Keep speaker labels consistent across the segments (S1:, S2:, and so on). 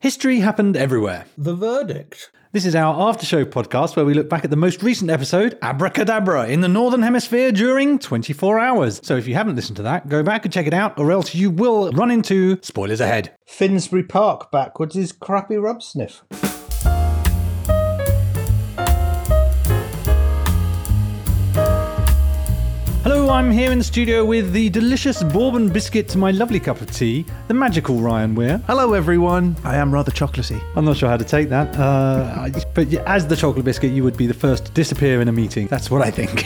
S1: History happened everywhere.
S2: The verdict.
S1: This is our after show podcast where we look back at the most recent episode, Abracadabra, in the Northern Hemisphere during 24 hours. So if you haven't listened to that, go back and check it out, or else you will run into spoilers ahead.
S2: Finsbury Park backwards is crappy rub sniff.
S1: Hello, I'm here in the studio with the delicious bourbon biscuit to my lovely cup of tea, the magical Ryan Weir.
S3: Hello, everyone. I am rather chocolatey.
S1: I'm not sure how to take that, uh, I- but yeah, as the chocolate biscuit, you would be the first to disappear in a meeting. That's what I think.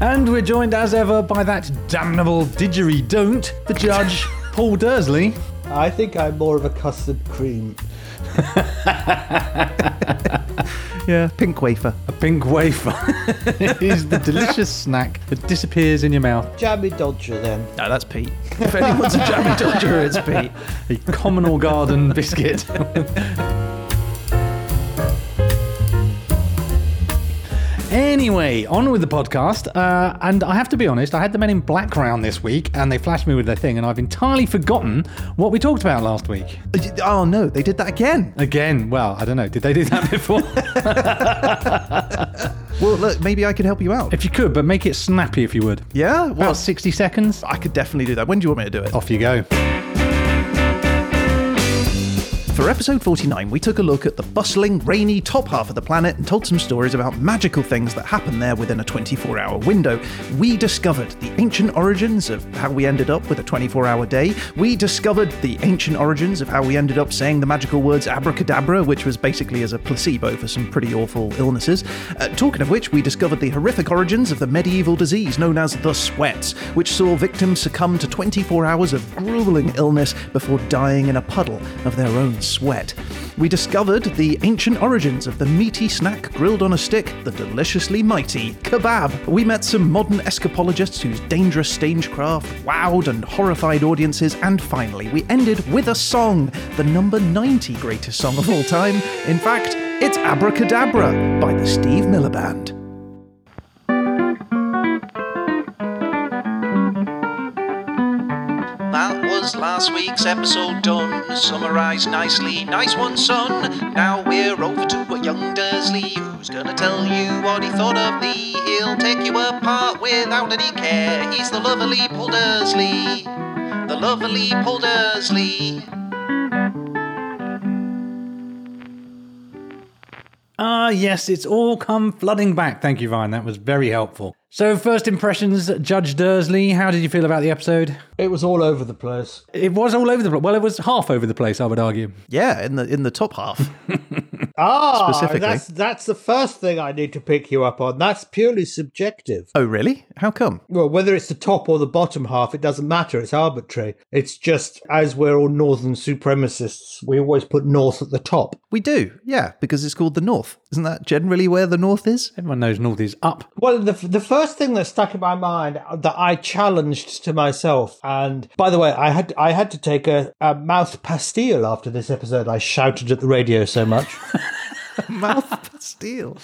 S1: and we're joined as ever by that damnable didgeridoo, the judge, Paul Dursley.
S2: I think I'm more of a custard cream.
S3: Yeah, pink wafer.
S1: A pink wafer is the delicious snack that disappears in your mouth.
S2: Jammy Dodger then.
S3: No, that's Pete. If anyone's a jammy dodger, it's Pete.
S1: a communal garden biscuit. Anyway, on with the podcast. Uh, and I have to be honest, I had the men in black round this week and they flashed me with their thing, and I've entirely forgotten what we talked about last week.
S3: Oh no, they did that again.
S1: Again, well, I don't know. Did they do that before?
S3: Well, look, maybe I can help you out.
S1: if you could, but make it snappy if you would.
S3: Yeah,
S1: About
S3: well,
S1: 60 seconds.
S3: I could definitely do that. When do you want me to do it?
S1: Off you go.
S3: For episode 49, we took a look at the bustling, rainy top half of the planet and told some stories about magical things that happen there within a 24 hour window. We discovered the ancient origins of how we ended up with a 24 hour day. We discovered the ancient origins of how we ended up saying the magical words abracadabra, which was basically as a placebo for some pretty awful illnesses. Uh, talking of which, we discovered the horrific origins of the medieval disease known as the sweats, which saw victims succumb to 24 hours of grueling illness before dying in a puddle of their own sweat. We discovered the ancient origins of the meaty snack grilled on a stick, the deliciously mighty kebab. We met some modern escapologists whose dangerous stagecraft wowed and horrified audiences, and finally, we ended with a song, the number 90 greatest song of all time. In fact, it's Abracadabra by the Steve Miller Band.
S4: That was last week's episode done, summarised nicely. Nice one, son. Now we're over to a young Dursley who's gonna tell you what he thought of thee. He'll take you apart without any care. He's the lovely Paul Dursley. The lovely Paul Dursley.
S1: Ah, yes, it's all come flooding back. Thank you, Ryan. That was very helpful. So, first impressions, Judge Dursley, how did you feel about the episode?
S2: It was all over the place.
S1: It was all over the place. Well, it was half over the place, I would argue.
S3: Yeah, in the in the top half.
S2: Ah,
S3: Specifically.
S2: that's that's the first thing I need to pick you up on. That's purely subjective.
S3: oh, really? How come?
S2: Well, whether it's the top or the bottom half, it doesn't matter. It's arbitrary. It's just as we're all northern supremacists, we always put north at the top.
S3: We do, yeah, because it's called the North. Isn't that generally where the North is?
S1: Everyone knows North is up.
S2: Well, the, the first thing that stuck in my mind that I challenged to myself, and by the way, I had I had to take a, a mouth pastille after this episode. I shouted at the radio so much.
S3: Mouth pastille.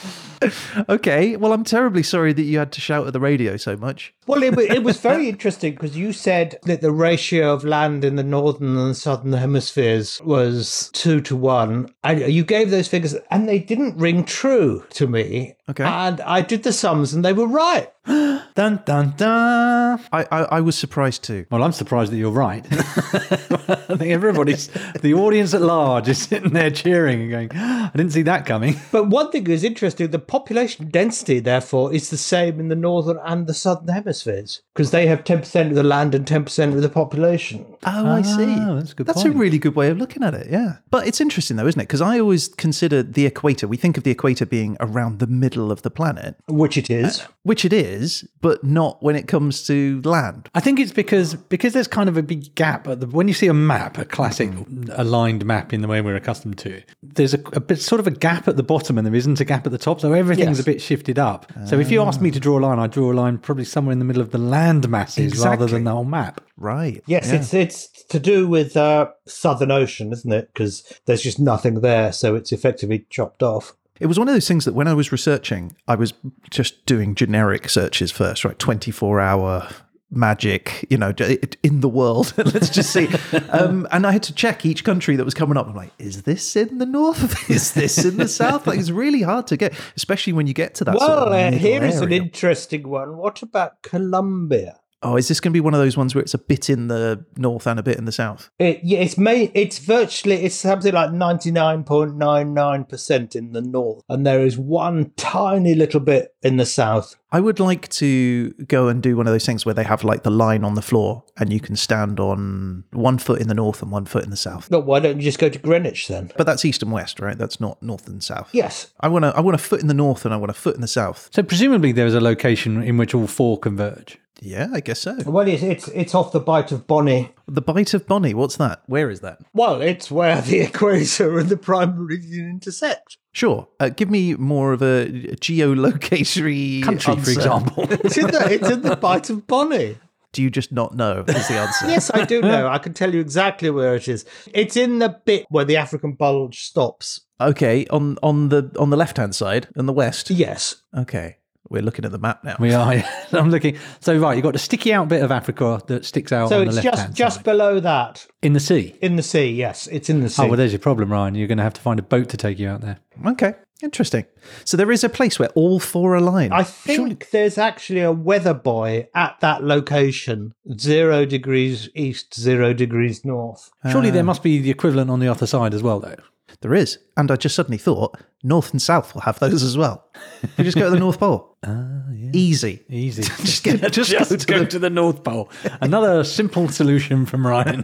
S3: okay, well, I'm terribly sorry that you had to shout at the radio so much.
S2: Well, it, wa- it was very interesting because you said that the ratio of land in the northern and southern hemispheres was two to one. And you gave those figures, and they didn't ring true to me.
S3: Okay.
S2: And I did the sums, and they were right.
S1: Dun dun dun.
S3: I, I, I was surprised too.
S1: Well, I'm surprised that you're right. I think everybody's, the audience at large is sitting there cheering and going, I didn't see that coming.
S2: But one thing is interesting the population density, therefore, is the same in the northern and the southern hemispheres because they have 10% of the land and 10% of the population.
S3: Oh, I see.
S1: Ah, that's a good
S3: That's
S1: point.
S3: a really good way of looking at it, yeah. But it's interesting though, isn't it? Because I always consider the equator, we think of the equator being around the middle of the planet,
S2: Which it is.
S3: which it is, but not when it comes to land.
S1: I think it's because because there's kind of a big gap. At the, when you see a map, a classic
S2: Mm.
S1: aligned map in the way we're accustomed to, there's a, a bit sort of a gap at the bottom, and there isn't a gap at the top, so everything's
S2: Yes. Ah.
S1: a bit shifted up. so if you ask me to draw a line, I draw a line probably somewhere in the middle of the land masses rather than
S3: Exactly.
S1: the whole map.
S3: Right.
S2: Yes,
S3: yeah.
S2: it's it's to do with uh, Southern Ocean, isn't it? Because there's just nothing there, so it's effectively chopped off.
S3: It was one of those things that when I was researching, I was just doing generic searches first, right? 24 hour magic, you know, j- in the world. Let's just see. um, and I had to check each country that was coming up. I'm like, is this in the north? Is this in the south? Like, it's really hard to get, especially when you get to that. sort
S2: Well,
S3: of
S2: uh,
S3: middle
S2: here is an
S3: area.
S2: interesting one. What about Colombia?
S3: oh, is this going to be one of those ones where it's a bit in the north and a bit in the south?
S2: It, yeah, it's made, it's virtually it's something like ninety nine point nine nine percent in the north, and there is one tiny little bit in the south.
S3: I would like to go and do one of those things where they have like the line on the floor and you can stand on one foot in the north and one foot in the south.
S2: Look, why don't you just go to Greenwich then?
S3: But that's east and west, right? That's not north and south.
S2: Yes,
S3: I want to I want a foot in the north and I want a foot in the south.
S1: So presumably there is a location in which all four converge.
S3: Yeah, I guess so.
S2: well, it's it's, it's off the Bight of Bonny.
S3: The bite of Bonnie, what's that? Where is that?
S2: Well, it's where the equator and the prime meridian intersect.
S3: Sure. Uh, give me more of a geolocation
S1: Country, for example.
S2: It's in the it's in the Bight of Bonny.
S3: Do you just not know? Is the answer.
S2: Yes, I do know. I can tell you exactly where it is. It's in the bit where the African bulge stops.
S3: Okay, on on the on the left-hand side in the west.
S2: Yes,
S3: Okay. We're looking at the map now.
S1: we are. I'm looking. So right, you've got the sticky out bit of Africa that sticks out
S2: so
S1: on the
S2: it's
S1: left
S2: just
S1: hand
S2: just
S1: side.
S2: below that
S1: in the sea.
S2: in the sea. Yes, it's in the sea.
S1: Oh well, there's your problem, Ryan. You're going to have to find a boat to take you out there.
S3: Okay. Interesting. So there is a place where all four are aligned.
S2: I think there's actually a weather boy at that location, zero degrees east, zero degrees north.
S1: Surely
S3: Uh,
S1: there must be the equivalent on the other side as well, though.
S3: There is. And I just suddenly thought north and south will have those as well. You just go to the North Pole. Easy.
S1: Easy.
S3: Just, go- just go to the-
S1: to the North Pole. Another simple solution from Ryan.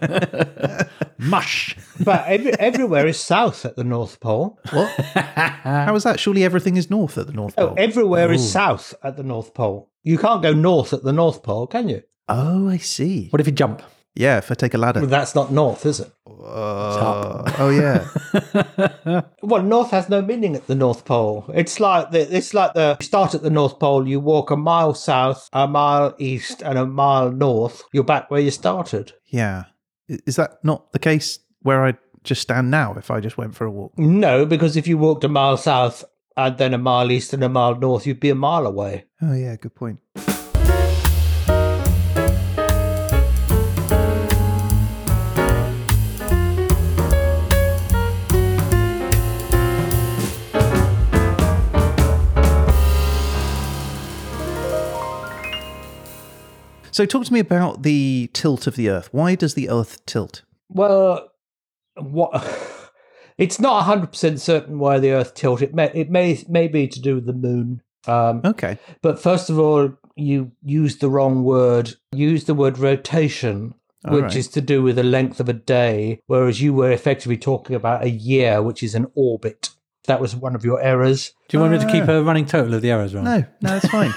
S1: Mush.
S2: But every, everywhere is south at the North Pole.
S3: What? How is that? Surely everything is north at the North
S2: Oh,
S3: Pole.
S2: everywhere is south at the North Pole. You can't go north at the North Pole, can you?
S3: oh, I see.
S1: What if you jump?
S3: Yeah, if I take a
S2: Well,
S3: ladder.
S2: that's not north, is it?
S3: Uh, oh, yeah.
S2: Well, north has no meaning at the North Pole. It's like the, it's like the you start at the North Pole, you walk a mile south, a mile east, and a mile north. You're back where you started.
S3: yeah. I- Is that not the case where I just stand now if I just went for a walk?
S2: No, because if you walked a mile south and then a mile east and a mile north, you'd be a mile away.
S3: Oh, yeah, good point. So, talk to me about the tilt of the Earth. Why does the Earth tilt?
S2: Well, what? It's not hundred percent certain why the Earth tilts. It may it may may be to do with the moon. Um,
S3: Okay.
S2: But first of all, you used the wrong word. Use the word rotation,
S3: All
S2: which
S3: right.
S2: is to do with the length of a day, whereas you were effectively talking about a year, which is an orbit. That was one of your errors.
S1: Do you want me to keep a running total of the arrows, Ryan?
S3: No, no, it's fine.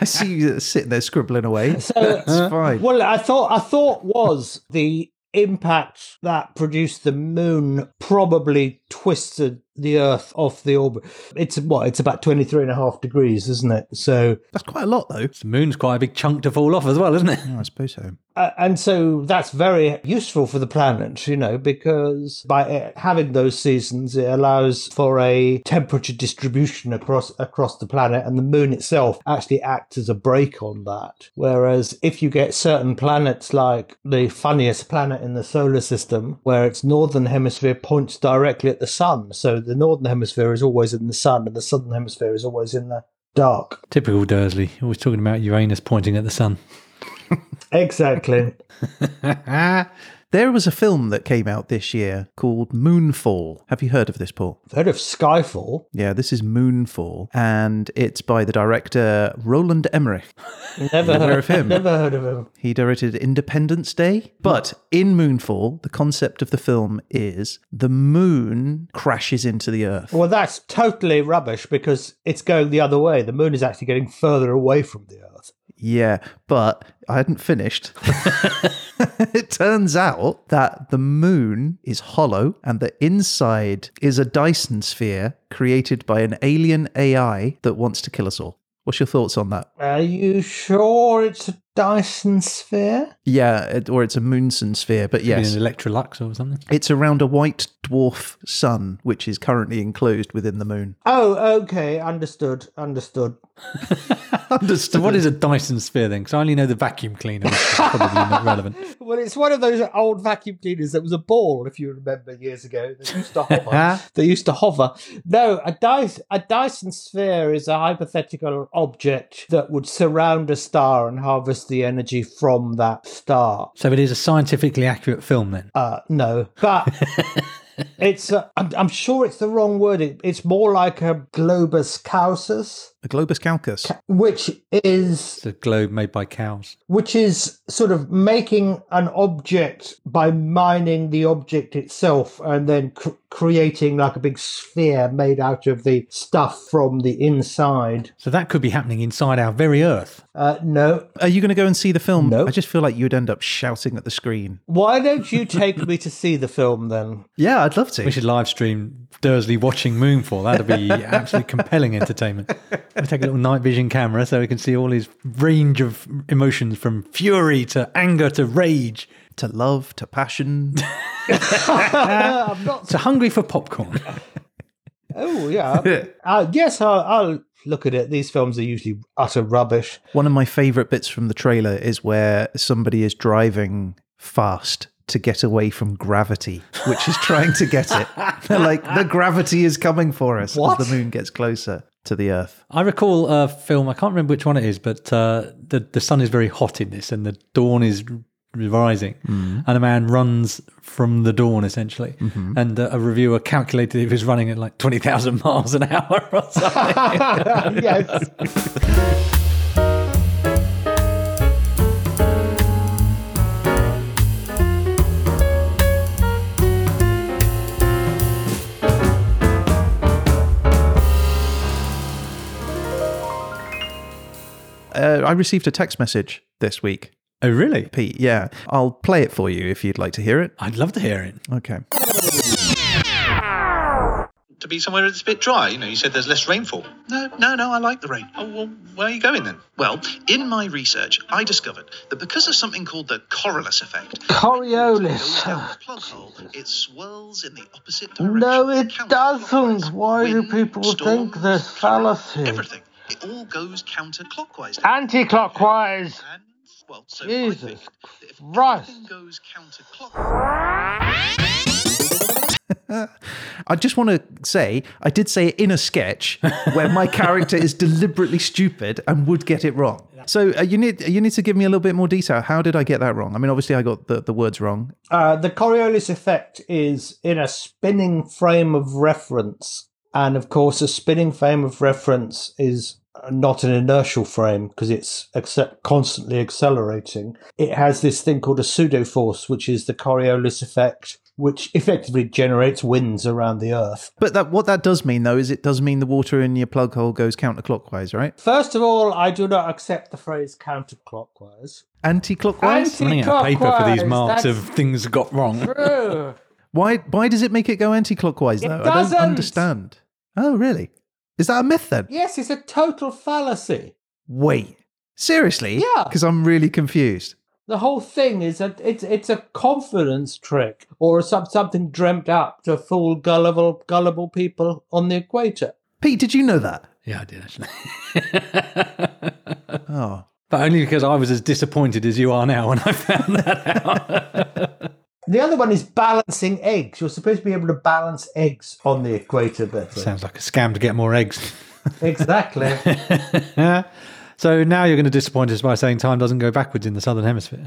S3: I see you sitting there scribbling away.
S2: So,
S3: It's fine.
S2: well, I thought I thought was the impact that produced the moon probably twisted the Earth off the orbit. It's what? It's about 23 and a half degrees, isn't it? So
S3: That's quite a lot, though.
S1: The moon's quite a big chunk to fall off as well, isn't it?
S3: Oh, I suppose so.
S2: Uh, and so that's very useful for the planet, you know, because by uh, having those seasons, it allows for a temperature distribution across across the planet, and the moon itself actually acts as a brake on that. Whereas if you get certain planets, like the funniest planet in the solar system, where its northern hemisphere points directly at the sun, so the northern hemisphere is always in the sun, and the southern hemisphere is always in the dark.
S1: Typical Dursley. Always talking about Uranus pointing at the sun.
S2: Exactly.
S3: Ah, There was a film that came out this year called Moonfall. Have you heard of this, Paul?
S2: Heard of Skyfall?
S3: Yeah, this is Moonfall, and it's by the director Roland Emmerich.
S2: Never heard
S3: of him.
S2: Never heard of him.
S3: He directed Independence Day. But in Moonfall, the concept of the film is the moon crashes into the earth.
S2: Well, that's totally rubbish because it's going the other way. The moon is actually getting further away from the Earth.
S3: Yeah, but I hadn't finished. it turns out that the moon is hollow and the inside is a Dyson sphere created by an alien AI that wants to kill us all. What's your thoughts on that?
S2: Are you sure it's a Dyson sphere?
S3: Yeah, it, or it's a Moonson sphere, but
S1: Maybe
S3: yes.
S1: an Electrolux or something.
S3: It's around a white dwarf sun, which is currently enclosed within the moon.
S2: Oh, okay, understood, understood.
S1: So what is a Dyson sphere then? Because I only know the vacuum cleaner, which is probably not relevant.
S2: Well, it's one of those old vacuum cleaners that was a ball, if you remember years ago. That used to hover. they used to hover. No, a, Dys- a Dyson sphere is a hypothetical object that would surround a star and harvest the energy from that star.
S1: So it is a scientifically accurate film then.
S2: Uh, no, but it's. Uh, I'm, I'm sure it's the wrong word. It, it's more like a globus causus,
S3: A globus calcus.
S2: which is
S1: It's a globe made by cows.
S2: which is sort of making an object by mining the object itself and then cr- creating like a big sphere made out of the stuff from the inside.
S1: So that could be happening inside our very Earth.
S2: Uh, no,
S3: Are you going to go and see the film?
S2: No.
S3: I just feel like you'd end up shouting at the screen.
S2: why don't you take me to see the film then?
S3: Yeah, I'd love to.
S1: We should live stream Dursley watching Moonfall. That'd be absolutely compelling entertainment. We take a little night vision camera so we can see all his range of emotions from fury to anger to rage
S3: to love, to passion.
S2: I'm not.
S1: to hungry for popcorn.
S2: Oh yeah. uh, yes, I'll, I'll look at it. These films are usually utter rubbish.
S3: One of my favorite bits from the trailer is where somebody is driving fast to get away from gravity, which is trying to get it. They're like, the gravity is coming for us
S2: What?
S3: as the moon gets closer to the Earth.
S1: I recall a film, I can't remember which one it is, but uh, the, the sun is very hot in this and the dawn is rising. And a man runs from the dawn, essentially. And uh, a reviewer calculated he was running at like 20,000 miles an hour or something.
S2: yes.
S3: Uh, I received a text message this week,
S1: oh, really?
S3: Pete. Yeah, I'll play it for you if you'd like to hear it.
S1: I'd love to hear it.
S3: Okay.
S4: To be somewhere that's a bit dry, you know, you said there's less rainfall. No, no, no, I like the rain. Oh, well, where are you going then? Well, in my research, I discovered that because of something called the Coriolis effect,
S2: Coriolis.
S4: goes down the plug hole, it swirls in the opposite direction.
S2: No, it
S4: counterclockwise.
S2: doesn't. Why do
S4: Wind,
S2: people
S4: storm,
S2: think this
S4: current,
S2: fallacy?
S4: Everything. It all goes counterclockwise.
S2: Anti-clockwise.
S4: And, well, so I
S2: Jesus
S4: think that if
S2: Christ.
S4: everything goes counterclockwise.
S3: I just want to say, I did say it in a sketch where my character is deliberately stupid and would get it wrong. So uh, you need you need to give me a little bit more detail. How did I get that wrong? I mean, obviously I got the, the words wrong.
S2: Uh, the Coriolis effect is in a spinning frame of reference. And of course, a spinning frame of reference is uh, not an inertial frame because it's acce- constantly accelerating. It has this thing called a pseudo force, which is the Coriolis effect, which effectively generates winds around the Earth.
S3: But that what that does mean though is it does mean the water in your plug hole goes counterclockwise, right?
S2: First of all, I do not accept the phrase counterclockwise.
S3: Anti-clockwise.
S1: Running out of paper for these
S2: Clockwise,
S1: marks
S2: that's-
S1: of things got wrong.
S2: True.
S3: Why why does it make it go anti-clockwise though? I don't
S2: doesn't.
S3: understand. Oh, really? Is that a myth then?
S2: yes, it's a total fallacy.
S3: Wait. Seriously?
S2: Yeah.
S3: Because I'm really confused.
S2: The whole thing is a it's it's a confidence trick or some, something dreamt up to fool gullible gullible people on the equator.
S3: Pete, did you know that?
S1: Yeah, I did actually.
S3: Oh.
S1: But only because I was as disappointed as you are now when I found that out.
S2: The other one is balancing eggs. You're supposed to be able to balance eggs on the equator better.
S1: Sounds like a scam to get more eggs.
S2: exactly.
S1: So now you're going to disappoint us by saying time doesn't go backwards in the southern hemisphere.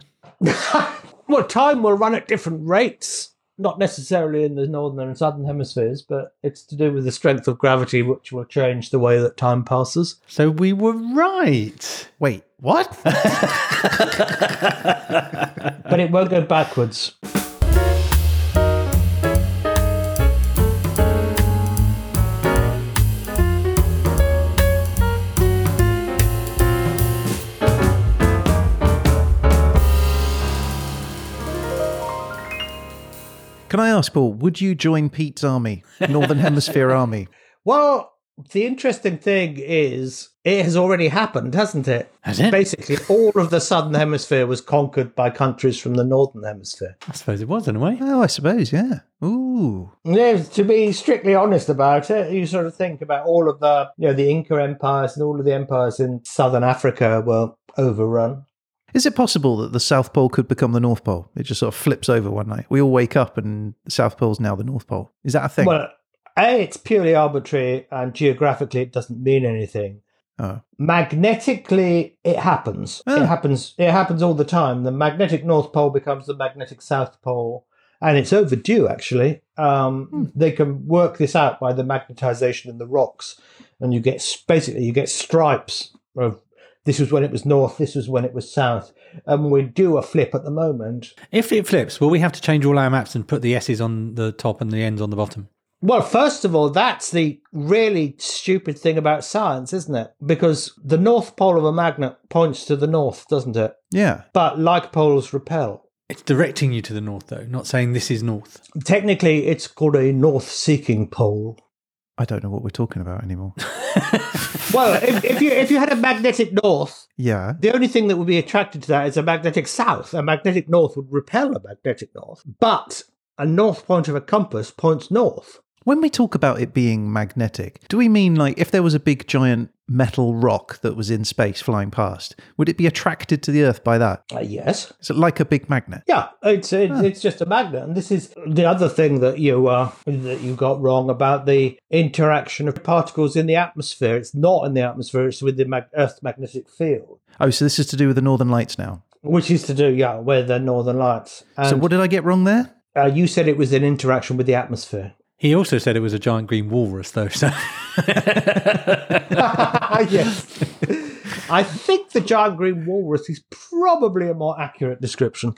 S2: well, time will run at different rates. Not necessarily in the northern and southern hemispheres, but it's to do with the strength of gravity, which will change the way that time passes.
S1: So we were right.
S3: Wait, what?
S2: But it won't go backwards.
S3: Can I ask, Paul, would you join Pete's army, Northern Hemisphere army?
S2: Well, the interesting thing is it has already happened, hasn't it?
S1: Has it?
S2: Basically, all of the southern hemisphere was conquered by countries from the northern hemisphere.
S1: I suppose it was in a way.
S3: Oh, I suppose, yeah. Ooh.
S2: Yeah, to be strictly honest about it, you sort of think about all of the, you know, the Inca empires and all of the empires in southern Africa were overrun.
S3: Is it possible that the South Pole could become the North Pole? It just sort of flips over one night. We all wake up and the South Pole's now the North Pole. Is that a thing?
S2: Well, A, it's purely arbitrary and geographically it doesn't mean anything.
S3: Oh.
S2: Magnetically, it happens.
S3: Oh.
S2: It happens. It happens all the time. The magnetic North Pole becomes the magnetic South Pole, and it's overdue. Actually, um, they can work this out by the magnetization in the rocks, and you get s- basically you get stripes of this was when it was north, this was when it was south, and we do a flip at the moment.
S1: If it flips, will we have to change all our maps and put the S's on the top and the ends on the bottom?
S2: Well, first of all, that's the really stupid thing about science, isn't it? Because the north pole of a magnet points to the north, doesn't it?
S3: yeah.
S2: But like poles repel.
S1: It's directing you to the north, though, not saying this is north.
S2: Technically, it's called a north seeking pole.
S3: I don't know what we're talking about anymore.
S2: Well, if, if you if you had a magnetic north,
S3: yeah.
S2: the only thing that would be attracted to that is a magnetic south. A magnetic north would repel a magnetic north, but a north point of a compass points north.
S3: When we talk about it being magnetic, do we mean like if there was a big giant metal rock that was in space flying past, would it be attracted to the Earth by that?
S2: Uh, yes.
S3: Is it like a big magnet?
S2: Yeah, it's it's, it's just a magnet, and this is the other thing that you uh, that you got wrong about the interaction of particles in the atmosphere. It's not in the atmosphere; it's with the mag- Earth's magnetic field,
S3: Oh, so this is to do with the Northern Lights now.
S2: which is to do yeah with the Northern Lights.
S3: so
S2: And
S3: what did I get wrong there?
S2: uh, you said it was an interaction with the atmosphere.
S1: He also said it was a giant green walrus, though. So
S2: yes. I think the giant green walrus is probably a more accurate description.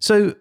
S3: So,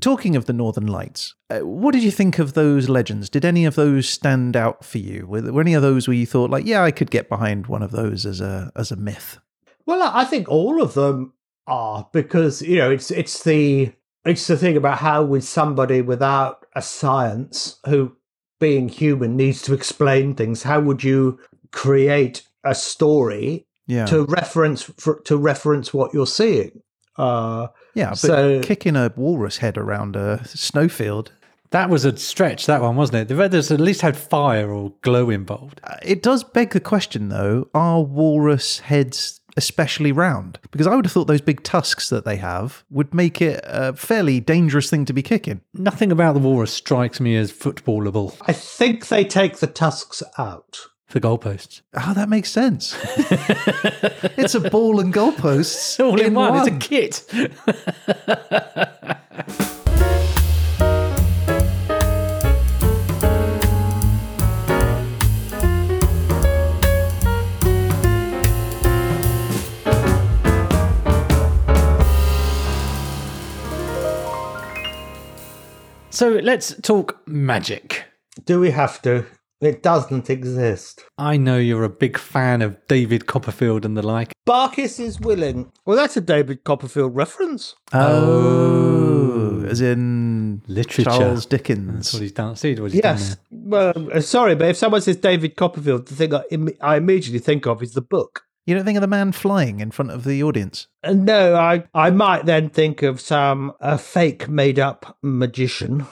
S3: talking of the Northern Lights, uh, what did you think of those legends? Did any of those stand out for you? Were, there- were any of those where you thought, like, yeah, I could get behind one of those as a as a myth?
S2: Well, I think all of them are because you know it's it's the it's the thing about how with somebody without a science who being human needs to explain things. How would you create a story
S3: Yeah,
S2: to reference for, to reference what you're seeing? Uh,
S3: yeah. But
S2: so-
S3: kicking a walrus head around a snowfield,
S1: that was a stretch, that one, wasn't it? The others at least had fire or glow involved.
S3: Uh, it does beg the question though: Are walrus heads especially round? Because I would have thought those big tusks that they have would make it a fairly dangerous thing to be kicking.
S1: Nothing about the walrus strikes me as footballable
S2: I think they take the tusks out.
S1: for goalposts.
S3: Oh, that makes sense. it's a ball and goalposts
S1: All in, one, it's a kit. So let's talk magic.
S2: Do we have to? It doesn't exist.
S1: I know you're a big fan of David Copperfield and the like.
S2: Barkis is willing. Well, that's a David Copperfield reference.
S3: Oh, as in
S1: Literature.
S3: Charles
S1: That's
S3: Dickens.
S1: what he's done. See what he's done
S2: Yes. Well, uh, sorry, but if someone says David Copperfield, the thing I, Im- I immediately think of is the book.
S3: You don't think of the man flying in front of the audience?
S2: And no, I, I might then think of some a fake made up magician.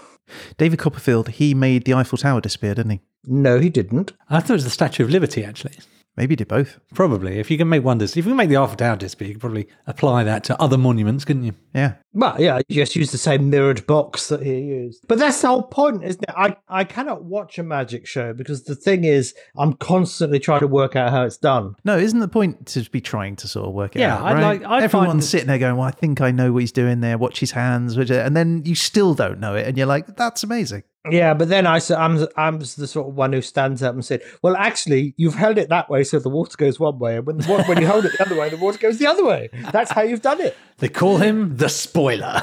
S3: David Copperfield, he made the Eiffel Tower disappear, didn't he?
S2: No, he didn't.
S1: I thought it was the Statue of Liberty, actually.
S3: Maybe he did both.
S1: Probably. If you can make wonders, if you can make the Eiffel Tower disappear, you could probably apply that to other monuments, couldn't you?
S3: Yeah.
S2: Well, yeah, he just used the same mirrored box that he used. But that's the whole point, isn't it? I, I cannot watch a magic show because the thing is, I'm constantly trying to work out how it's done.
S3: No, isn't the point to be trying to sort of work it
S1: Yeah,
S3: out?
S1: I'd
S3: right?
S1: like- I'd
S3: Everyone's
S1: find-
S3: sitting there going, "Well, I think I know what he's doing there. Watch his hands," which, and then you still don't know it, and you're like, "That's amazing."
S2: Yeah, but then I, am I'm the sort of one who stands up and said, "Well, actually, you've held it that way, so the water goes one way, and when the, wa- when you hold it the other way, the water goes the other way. That's how you've done it."
S1: They call him the spoiler.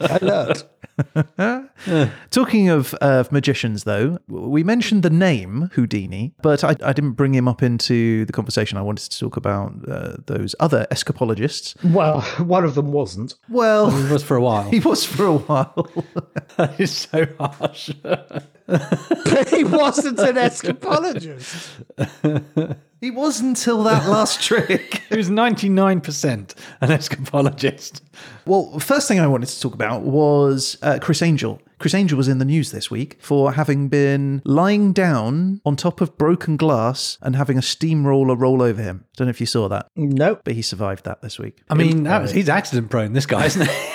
S2: Alert.
S3: Talking of, of magicians, though, we mentioned the name Houdini, but I, I didn't bring him up into the conversation. I wanted to talk about uh, those other escapologists.
S2: Well, one of them wasn't.
S3: Well,
S1: it was for a while.
S3: he was for a while.
S1: that is so harsh.
S2: he wasn't an escapologist.
S3: He was until that last trick.
S1: He was 99% an escapologist.
S3: Well, first thing I wanted to talk about was uh, Chris Angel. Chris Angel was in the news this week for having been lying down on top of broken glass and having a steamroller roll over him. Don't know if you saw that,
S2: Nope.
S3: but he survived that this week.
S1: I mean, that was, he's accident prone, this guy, isn't he?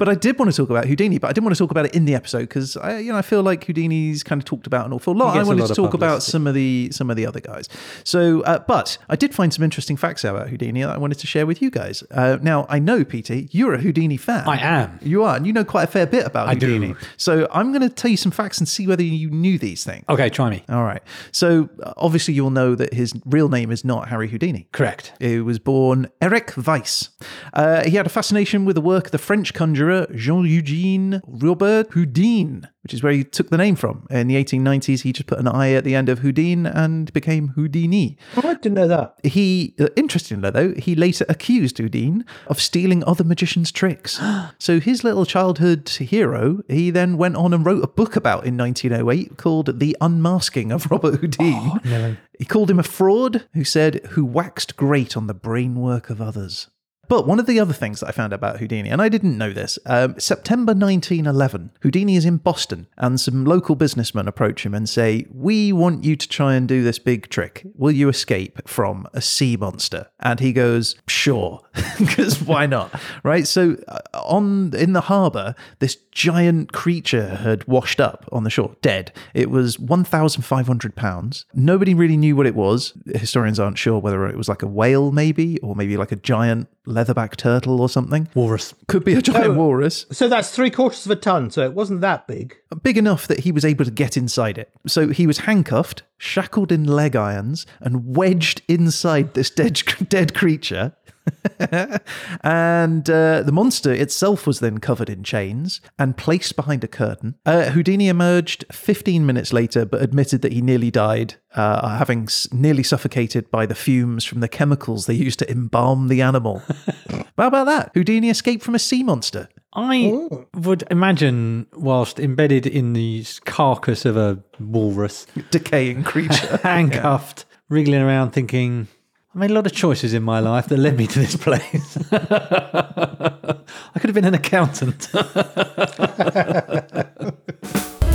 S3: But I did want to talk about Houdini, but I didn't want to talk about it in the episode because I, you know, I feel like Houdini's kind of talked about an awful lot.
S1: He
S3: I
S1: gets a
S3: wanted
S1: lot
S3: to
S1: of
S3: talk about
S1: publicity.
S3: some of the some of the other guys. So, uh, but I did find some interesting facts out about Houdini that I wanted to share with you guys. Uh, now, I know, Petey, you're a Houdini fan.
S1: I am.
S3: You are, and you know quite a fair bit about
S1: I do.
S3: Houdini. So, I'm going to tell you some facts and see whether you knew these things.
S1: Okay, try me.
S3: All right. So, uh, obviously, you'll know that his real name is not Harry Houdini.
S1: Correct.
S3: Who was born Eric Weiss. Uh, he had a fascination with the work of the French conjurer Jean Eugene Robert Houdin, which is where he took the name from. In the 1890s, he just put an I at the end of Houdin and became Houdini.
S2: I didn't know that.
S3: He, uh, interestingly though, he later accused Houdin of stealing other magicians' tricks. so his little childhood hero, he then went on and wrote a book about in 1908 called The Unmasking of Robert Houdin. He called him a fraud who said, who waxed great on the brain work of others. But one of the other things that I found out about Houdini, and I didn't know this, um, September 1911, Houdini is in Boston, and some local businessmen approach him and say, We want you to try and do this big trick. Will you escape from a sea monster? And he goes, Sure, because why not? Right? So, uh, on in the harbor, this giant creature had washed up on the shore, dead. It was 1,500 pounds. Nobody really knew what it was. Historians aren't sure whether it was like a whale, maybe, or maybe like a giant leatherback turtle or something.
S1: Walrus.
S3: Could be a giant walrus.
S2: So that's three quarters of a ton. So it wasn't that big.
S3: Big enough that he was able to get inside it. So he was handcuffed, shackled in leg irons, and wedged inside this dead, dead creature. and uh, the monster itself was then covered in chains and placed behind a curtain. Uh, Houdini emerged 15 minutes later, but admitted that he nearly died, uh, having s- nearly suffocated by the fumes from the chemicals they used to embalm the animal. How about that? Houdini escaped from a sea monster.
S1: I would imagine, whilst embedded in the carcass of a walrus,
S3: Decaying creature.
S1: handcuffed, wriggling around, thinking, I made a lot of choices in my life that led me to this place. I could have been an accountant.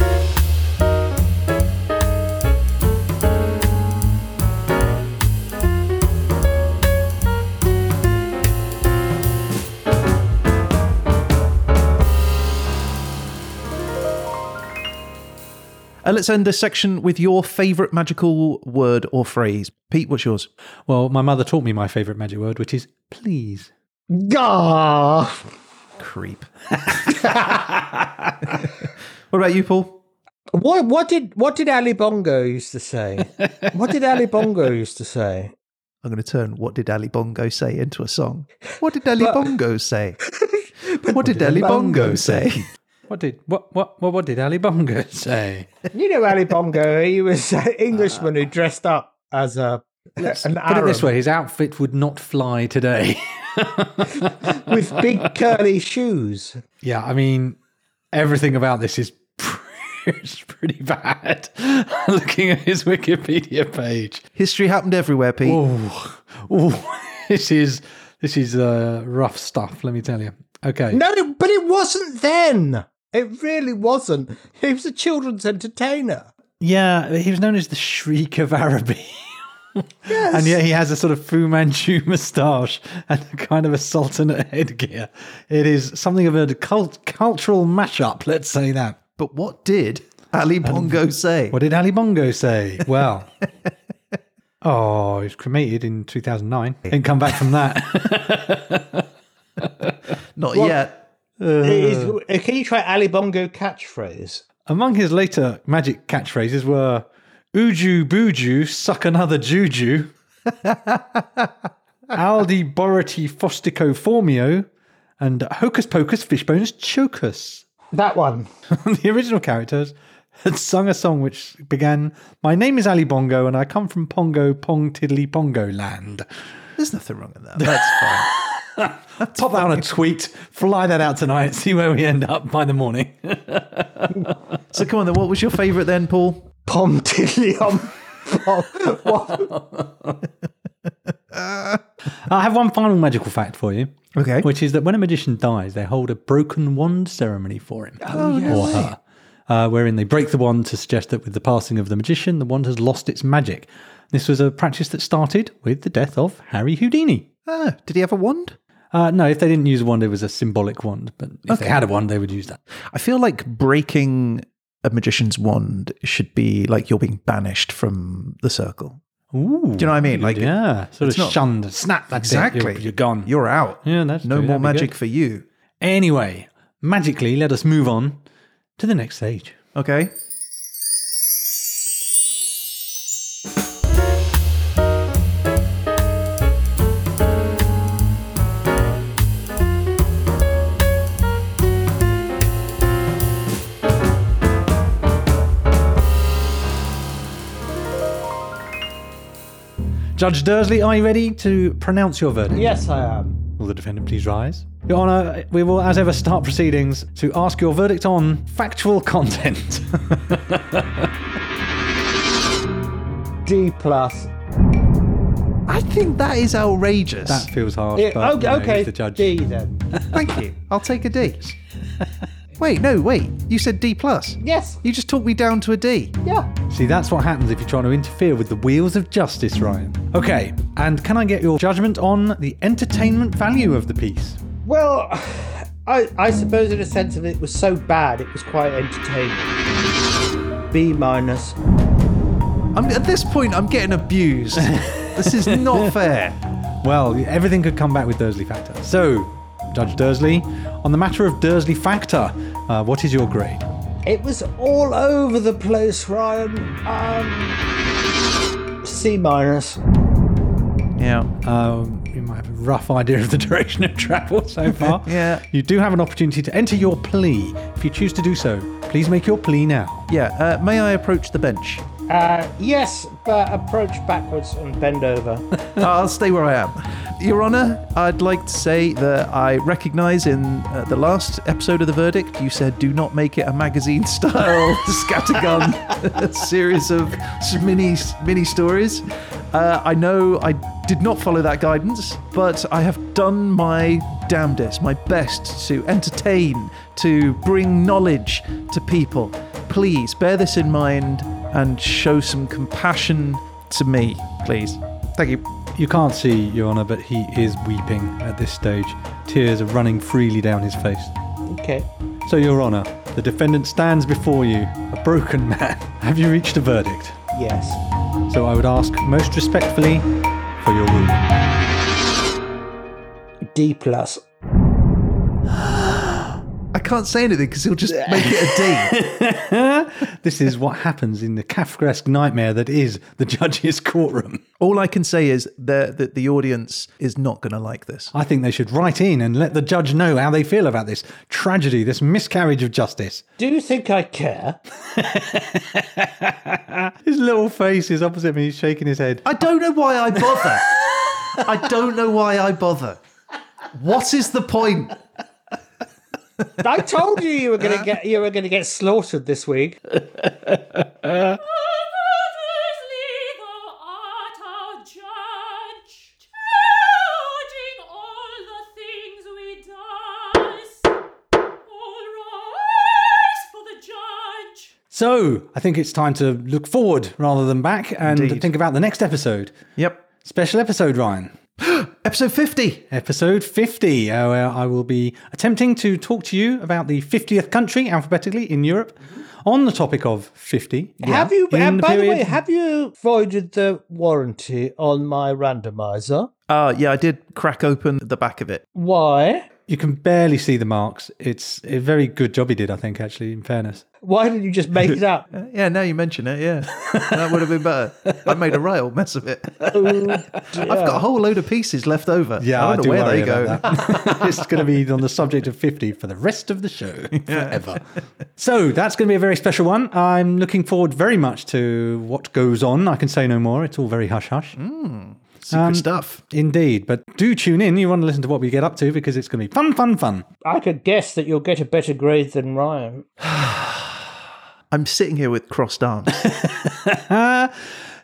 S3: Uh, let's end this section with your favourite magical word or phrase. Pete, what's yours?
S1: well, my mother taught me my favourite magic word, which is please.
S2: Gah!
S3: Creep. what about you, Paul?
S2: What what did what did Ali Bongo used to say? what did Ali Bongo used to say?
S3: I'm going to turn what did Ali Bongo say into a song. What did Ali Bongo say? what did Ali Bongo say?
S1: What did what what what, what did Ali Bongo say?
S2: You know Ali Bongo. He was an Englishman who dressed up as a an
S1: Put it
S2: Arab
S1: this way, his outfit would not fly today.
S2: with big curly shoes.
S1: yeah, I mean, everything about this is pretty bad. Looking at his Wikipedia page,
S3: History happened everywhere, Pete.
S1: oh, oh, this is this is uh, rough stuff. Let me tell you. Okay,
S2: No, it- but it wasn't then. It really wasn't. He was a children's entertainer.
S1: yeah, he was known as the Shriek of Araby. And yet he has a sort of Fu Manchu moustache and a kind of a sultanate headgear. It is something of a cult- cultural mashup, let's say that.
S3: But what did Ali Bongo say?
S1: What did Ali Bongo say? Well, oh, he was cremated in 2009. Didn't come back from that.
S3: Not yet.
S1: Uh.
S2: Is- can you try Ali Bongo catchphrase?
S1: Among his later magic catchphrases were Uju Buju, suck another juju, Aldi Borati Fostico Formio, and Hocus Pocus Fishbones Chocus.
S2: That one.
S1: the original characters had sung a song which began, My name is Ali Bongo and I come from Pongo Pong Tiddly Pongo Land.
S3: There's nothing wrong in that. That's fine.
S1: Pop that on a tweet, fly that out tonight, see where we end up by the morning.
S3: So come on then, what was your favourite then, Paul?
S2: Pom tiddly om. pom. What?
S1: I have one final magical fact for you.
S3: Okay.
S1: Which is that when a magician dies, they hold a broken wand ceremony for him
S3: Oh,
S1: or her, uh, wherein they break the wand to suggest that with the passing of the magician, the wand has lost its magic. This was a practice that started with the death of Harry Houdini.
S3: Ah, did he have a wand?
S1: Uh, no, if they didn't use a wand, it was a symbolic wand. But if they had a wand, they would use that.
S3: I feel like breaking a magician's wand should be like you're being banished from the circle.
S1: Ooh,
S3: Do you know what I mean? Like
S1: yeah, sort of
S3: not-
S1: shunned, snap. That's it, you're-
S3: Exactly.
S1: You're, gone.
S3: you're out.
S1: yeah, that's
S3: no
S1: true,
S3: more
S1: that'd be
S3: magic
S1: good.
S3: for you.
S1: Anyway, magically, let us move on to the next stage.
S3: Okay.
S1: Judge Dursley, are you ready to pronounce your verdict?
S2: Yes, I am.
S1: Will the defendant please rise? Your Honour, we will, as ever, start proceedings to ask your verdict on factual content.
S2: D plus.
S3: I think that is outrageous.
S1: that feels harsh,
S2: Yeah,
S1: but
S2: o-
S1: you know,
S2: okay,
S1: he's the judge.
S2: D then.
S3: Thank you. I'll take a D. wait, no, wait. You said D plus.
S2: Yes.
S3: You just talked me down to a D.
S2: Yeah.
S1: See, that's what happens if you're trying to interfere with the wheels of justice, Ryan. Okay, and can I get your judgment on the entertainment value of the piece?
S2: Well, I, I suppose in a sense of it was so bad, it was quite entertaining. B minus.
S3: I'm, at this point, I'm getting abused. this is not fair.
S1: Well, everything could come back with Dursley Factor. So, Judge Dursley, on the matter of Dursley Factor, uh, what is your grade?
S2: It was all over the place, Ryan. Um, C minus.
S3: Yeah.
S1: Um, you might have a rough idea of the direction of travel so far.
S3: Yeah.
S1: You do have an opportunity to enter your plea. If you choose to do so, please make your plea now.
S3: Yeah. Uh, may I approach the bench?
S2: Uh, yes, but approach backwards and bend over.
S3: I'll stay where I am. Your Honour, I'd like to say that I recognise in uh, the last episode of The Verdict, you said do not make it a magazine style scattergun series of s- mini, mini stories. Uh, I know I did not follow that guidance, but I have done my damnedest, my best to entertain, to bring knowledge to people. Please bear this in mind and show some compassion to me, please. Thank you.
S1: You can't see, Your Honour, but he is weeping at this stage. Tears are running freely down his face.
S2: okay.
S1: So, Your Honour, the defendant stands before you, a broken man. Have you reached a verdict?
S2: Yes.
S1: So, I would ask most respectfully for your ruling.
S2: D plus.
S3: I can't say anything because he'll just make it a D.
S1: This is what happens in the Kafkaesque nightmare that is the judge's courtroom.
S3: All I can say is that that the audience is not going to like this.
S1: I think they should write in and let the judge know how they feel about this tragedy, this miscarriage of justice.
S2: Do you think I care?
S1: His little face is opposite me, he's shaking his head.
S3: I don't know why I bother. I don't know why I bother. What is the point?
S2: I told you you were gonna get you were gonna get slaughtered this week.
S1: So, I think it's time to look forward rather than back and
S3: Indeed.
S1: think about the next episode.
S3: Yep.
S1: Special episode, Ryan.
S3: Episode 50.
S1: Episode 50, uh, where I will be attempting to talk to you about the 50th country alphabetically in Europe on the topic of 50.
S2: Have you?
S1: In
S2: and
S1: the
S2: by the way,
S1: period-
S2: have you voided the warranty on my randomizer?
S3: Uh, yeah, I did crack open the back of it.
S2: Why?
S1: You can barely see the marks. It's a very good job he did, I think, actually, in fairness.
S2: Why didn't you just make it up?
S3: Uh, Yeah, now you mention it, yeah. that would have been better. I made a right old mess of it. I've got a whole load of pieces left over.
S1: Yeah,
S3: I
S1: I
S3: don't
S1: do
S3: know where
S1: worry
S3: they go.
S1: about that. it's going to be on the subject of 50 for the rest of the show, forever. so that's going to be a very special one.
S3: Mm.
S1: I'm looking forward very much to what goes on. I can say no more. It's all very hush hush.
S3: Secret
S1: Um,
S3: stuff.
S1: Indeed, but do tune in. You want to listen to what we get up to because it's going to be fun, fun, fun.
S2: I could guess that you'll get a better grade than Ryan.
S3: I'm sitting here with crossed arms.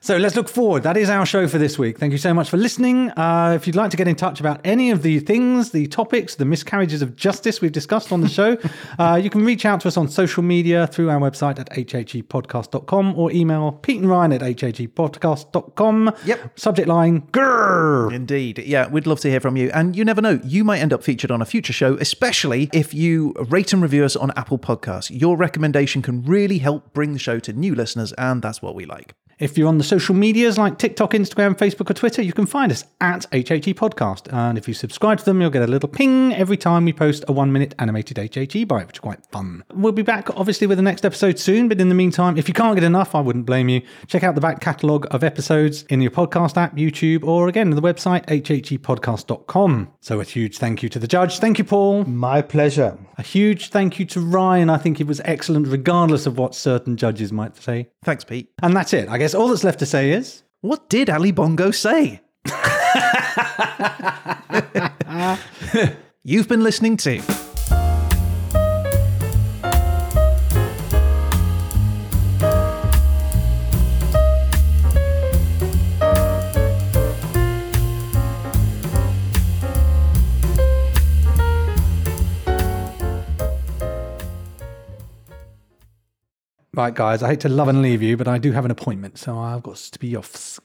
S1: So let's look forward. That is our show for this week. Thank you so much for listening. Uh, if you'd like to get in touch about any of the things, the topics, the miscarriages of justice we've discussed on the show, uh, you can reach out to us on social media through our website at E hhepodcast.com or email Pete and Ryan at E hhepodcast.com.
S3: Yep.
S1: Subject line, grrr.
S3: Indeed. Yeah, we'd love to hear from you. And you never know, you might end up featured on a future show, especially if you rate and review us on Apple Podcasts. Your recommendation can really help bring the show to new listeners, and that's what we like.
S1: If you're on the social medias like TikTok, Instagram, Facebook, or Twitter, you can find us at HHE Podcast. And if you subscribe to them, you'll get a little ping every time we post a one minute animated HHE bite, which is quite fun. We'll be back, obviously, with the next episode soon. But in the meantime, if you can't get enough, I wouldn't blame you. Check out the back catalogue of episodes in your podcast app, YouTube, or again, the website, E hhepodcast.com. So a huge thank you to the judge. Thank you, Paul.
S2: My pleasure.
S1: A huge thank you to Ryan. I think it was excellent, regardless of what certain judges might say.
S3: Thanks, Pete.
S1: And that's it. I guess all that's left to say is.
S3: What did Ali Bongo say? You've been listening to
S1: Right, guys, I hate to love and leave you, but I do have an appointment, so I've got to be off.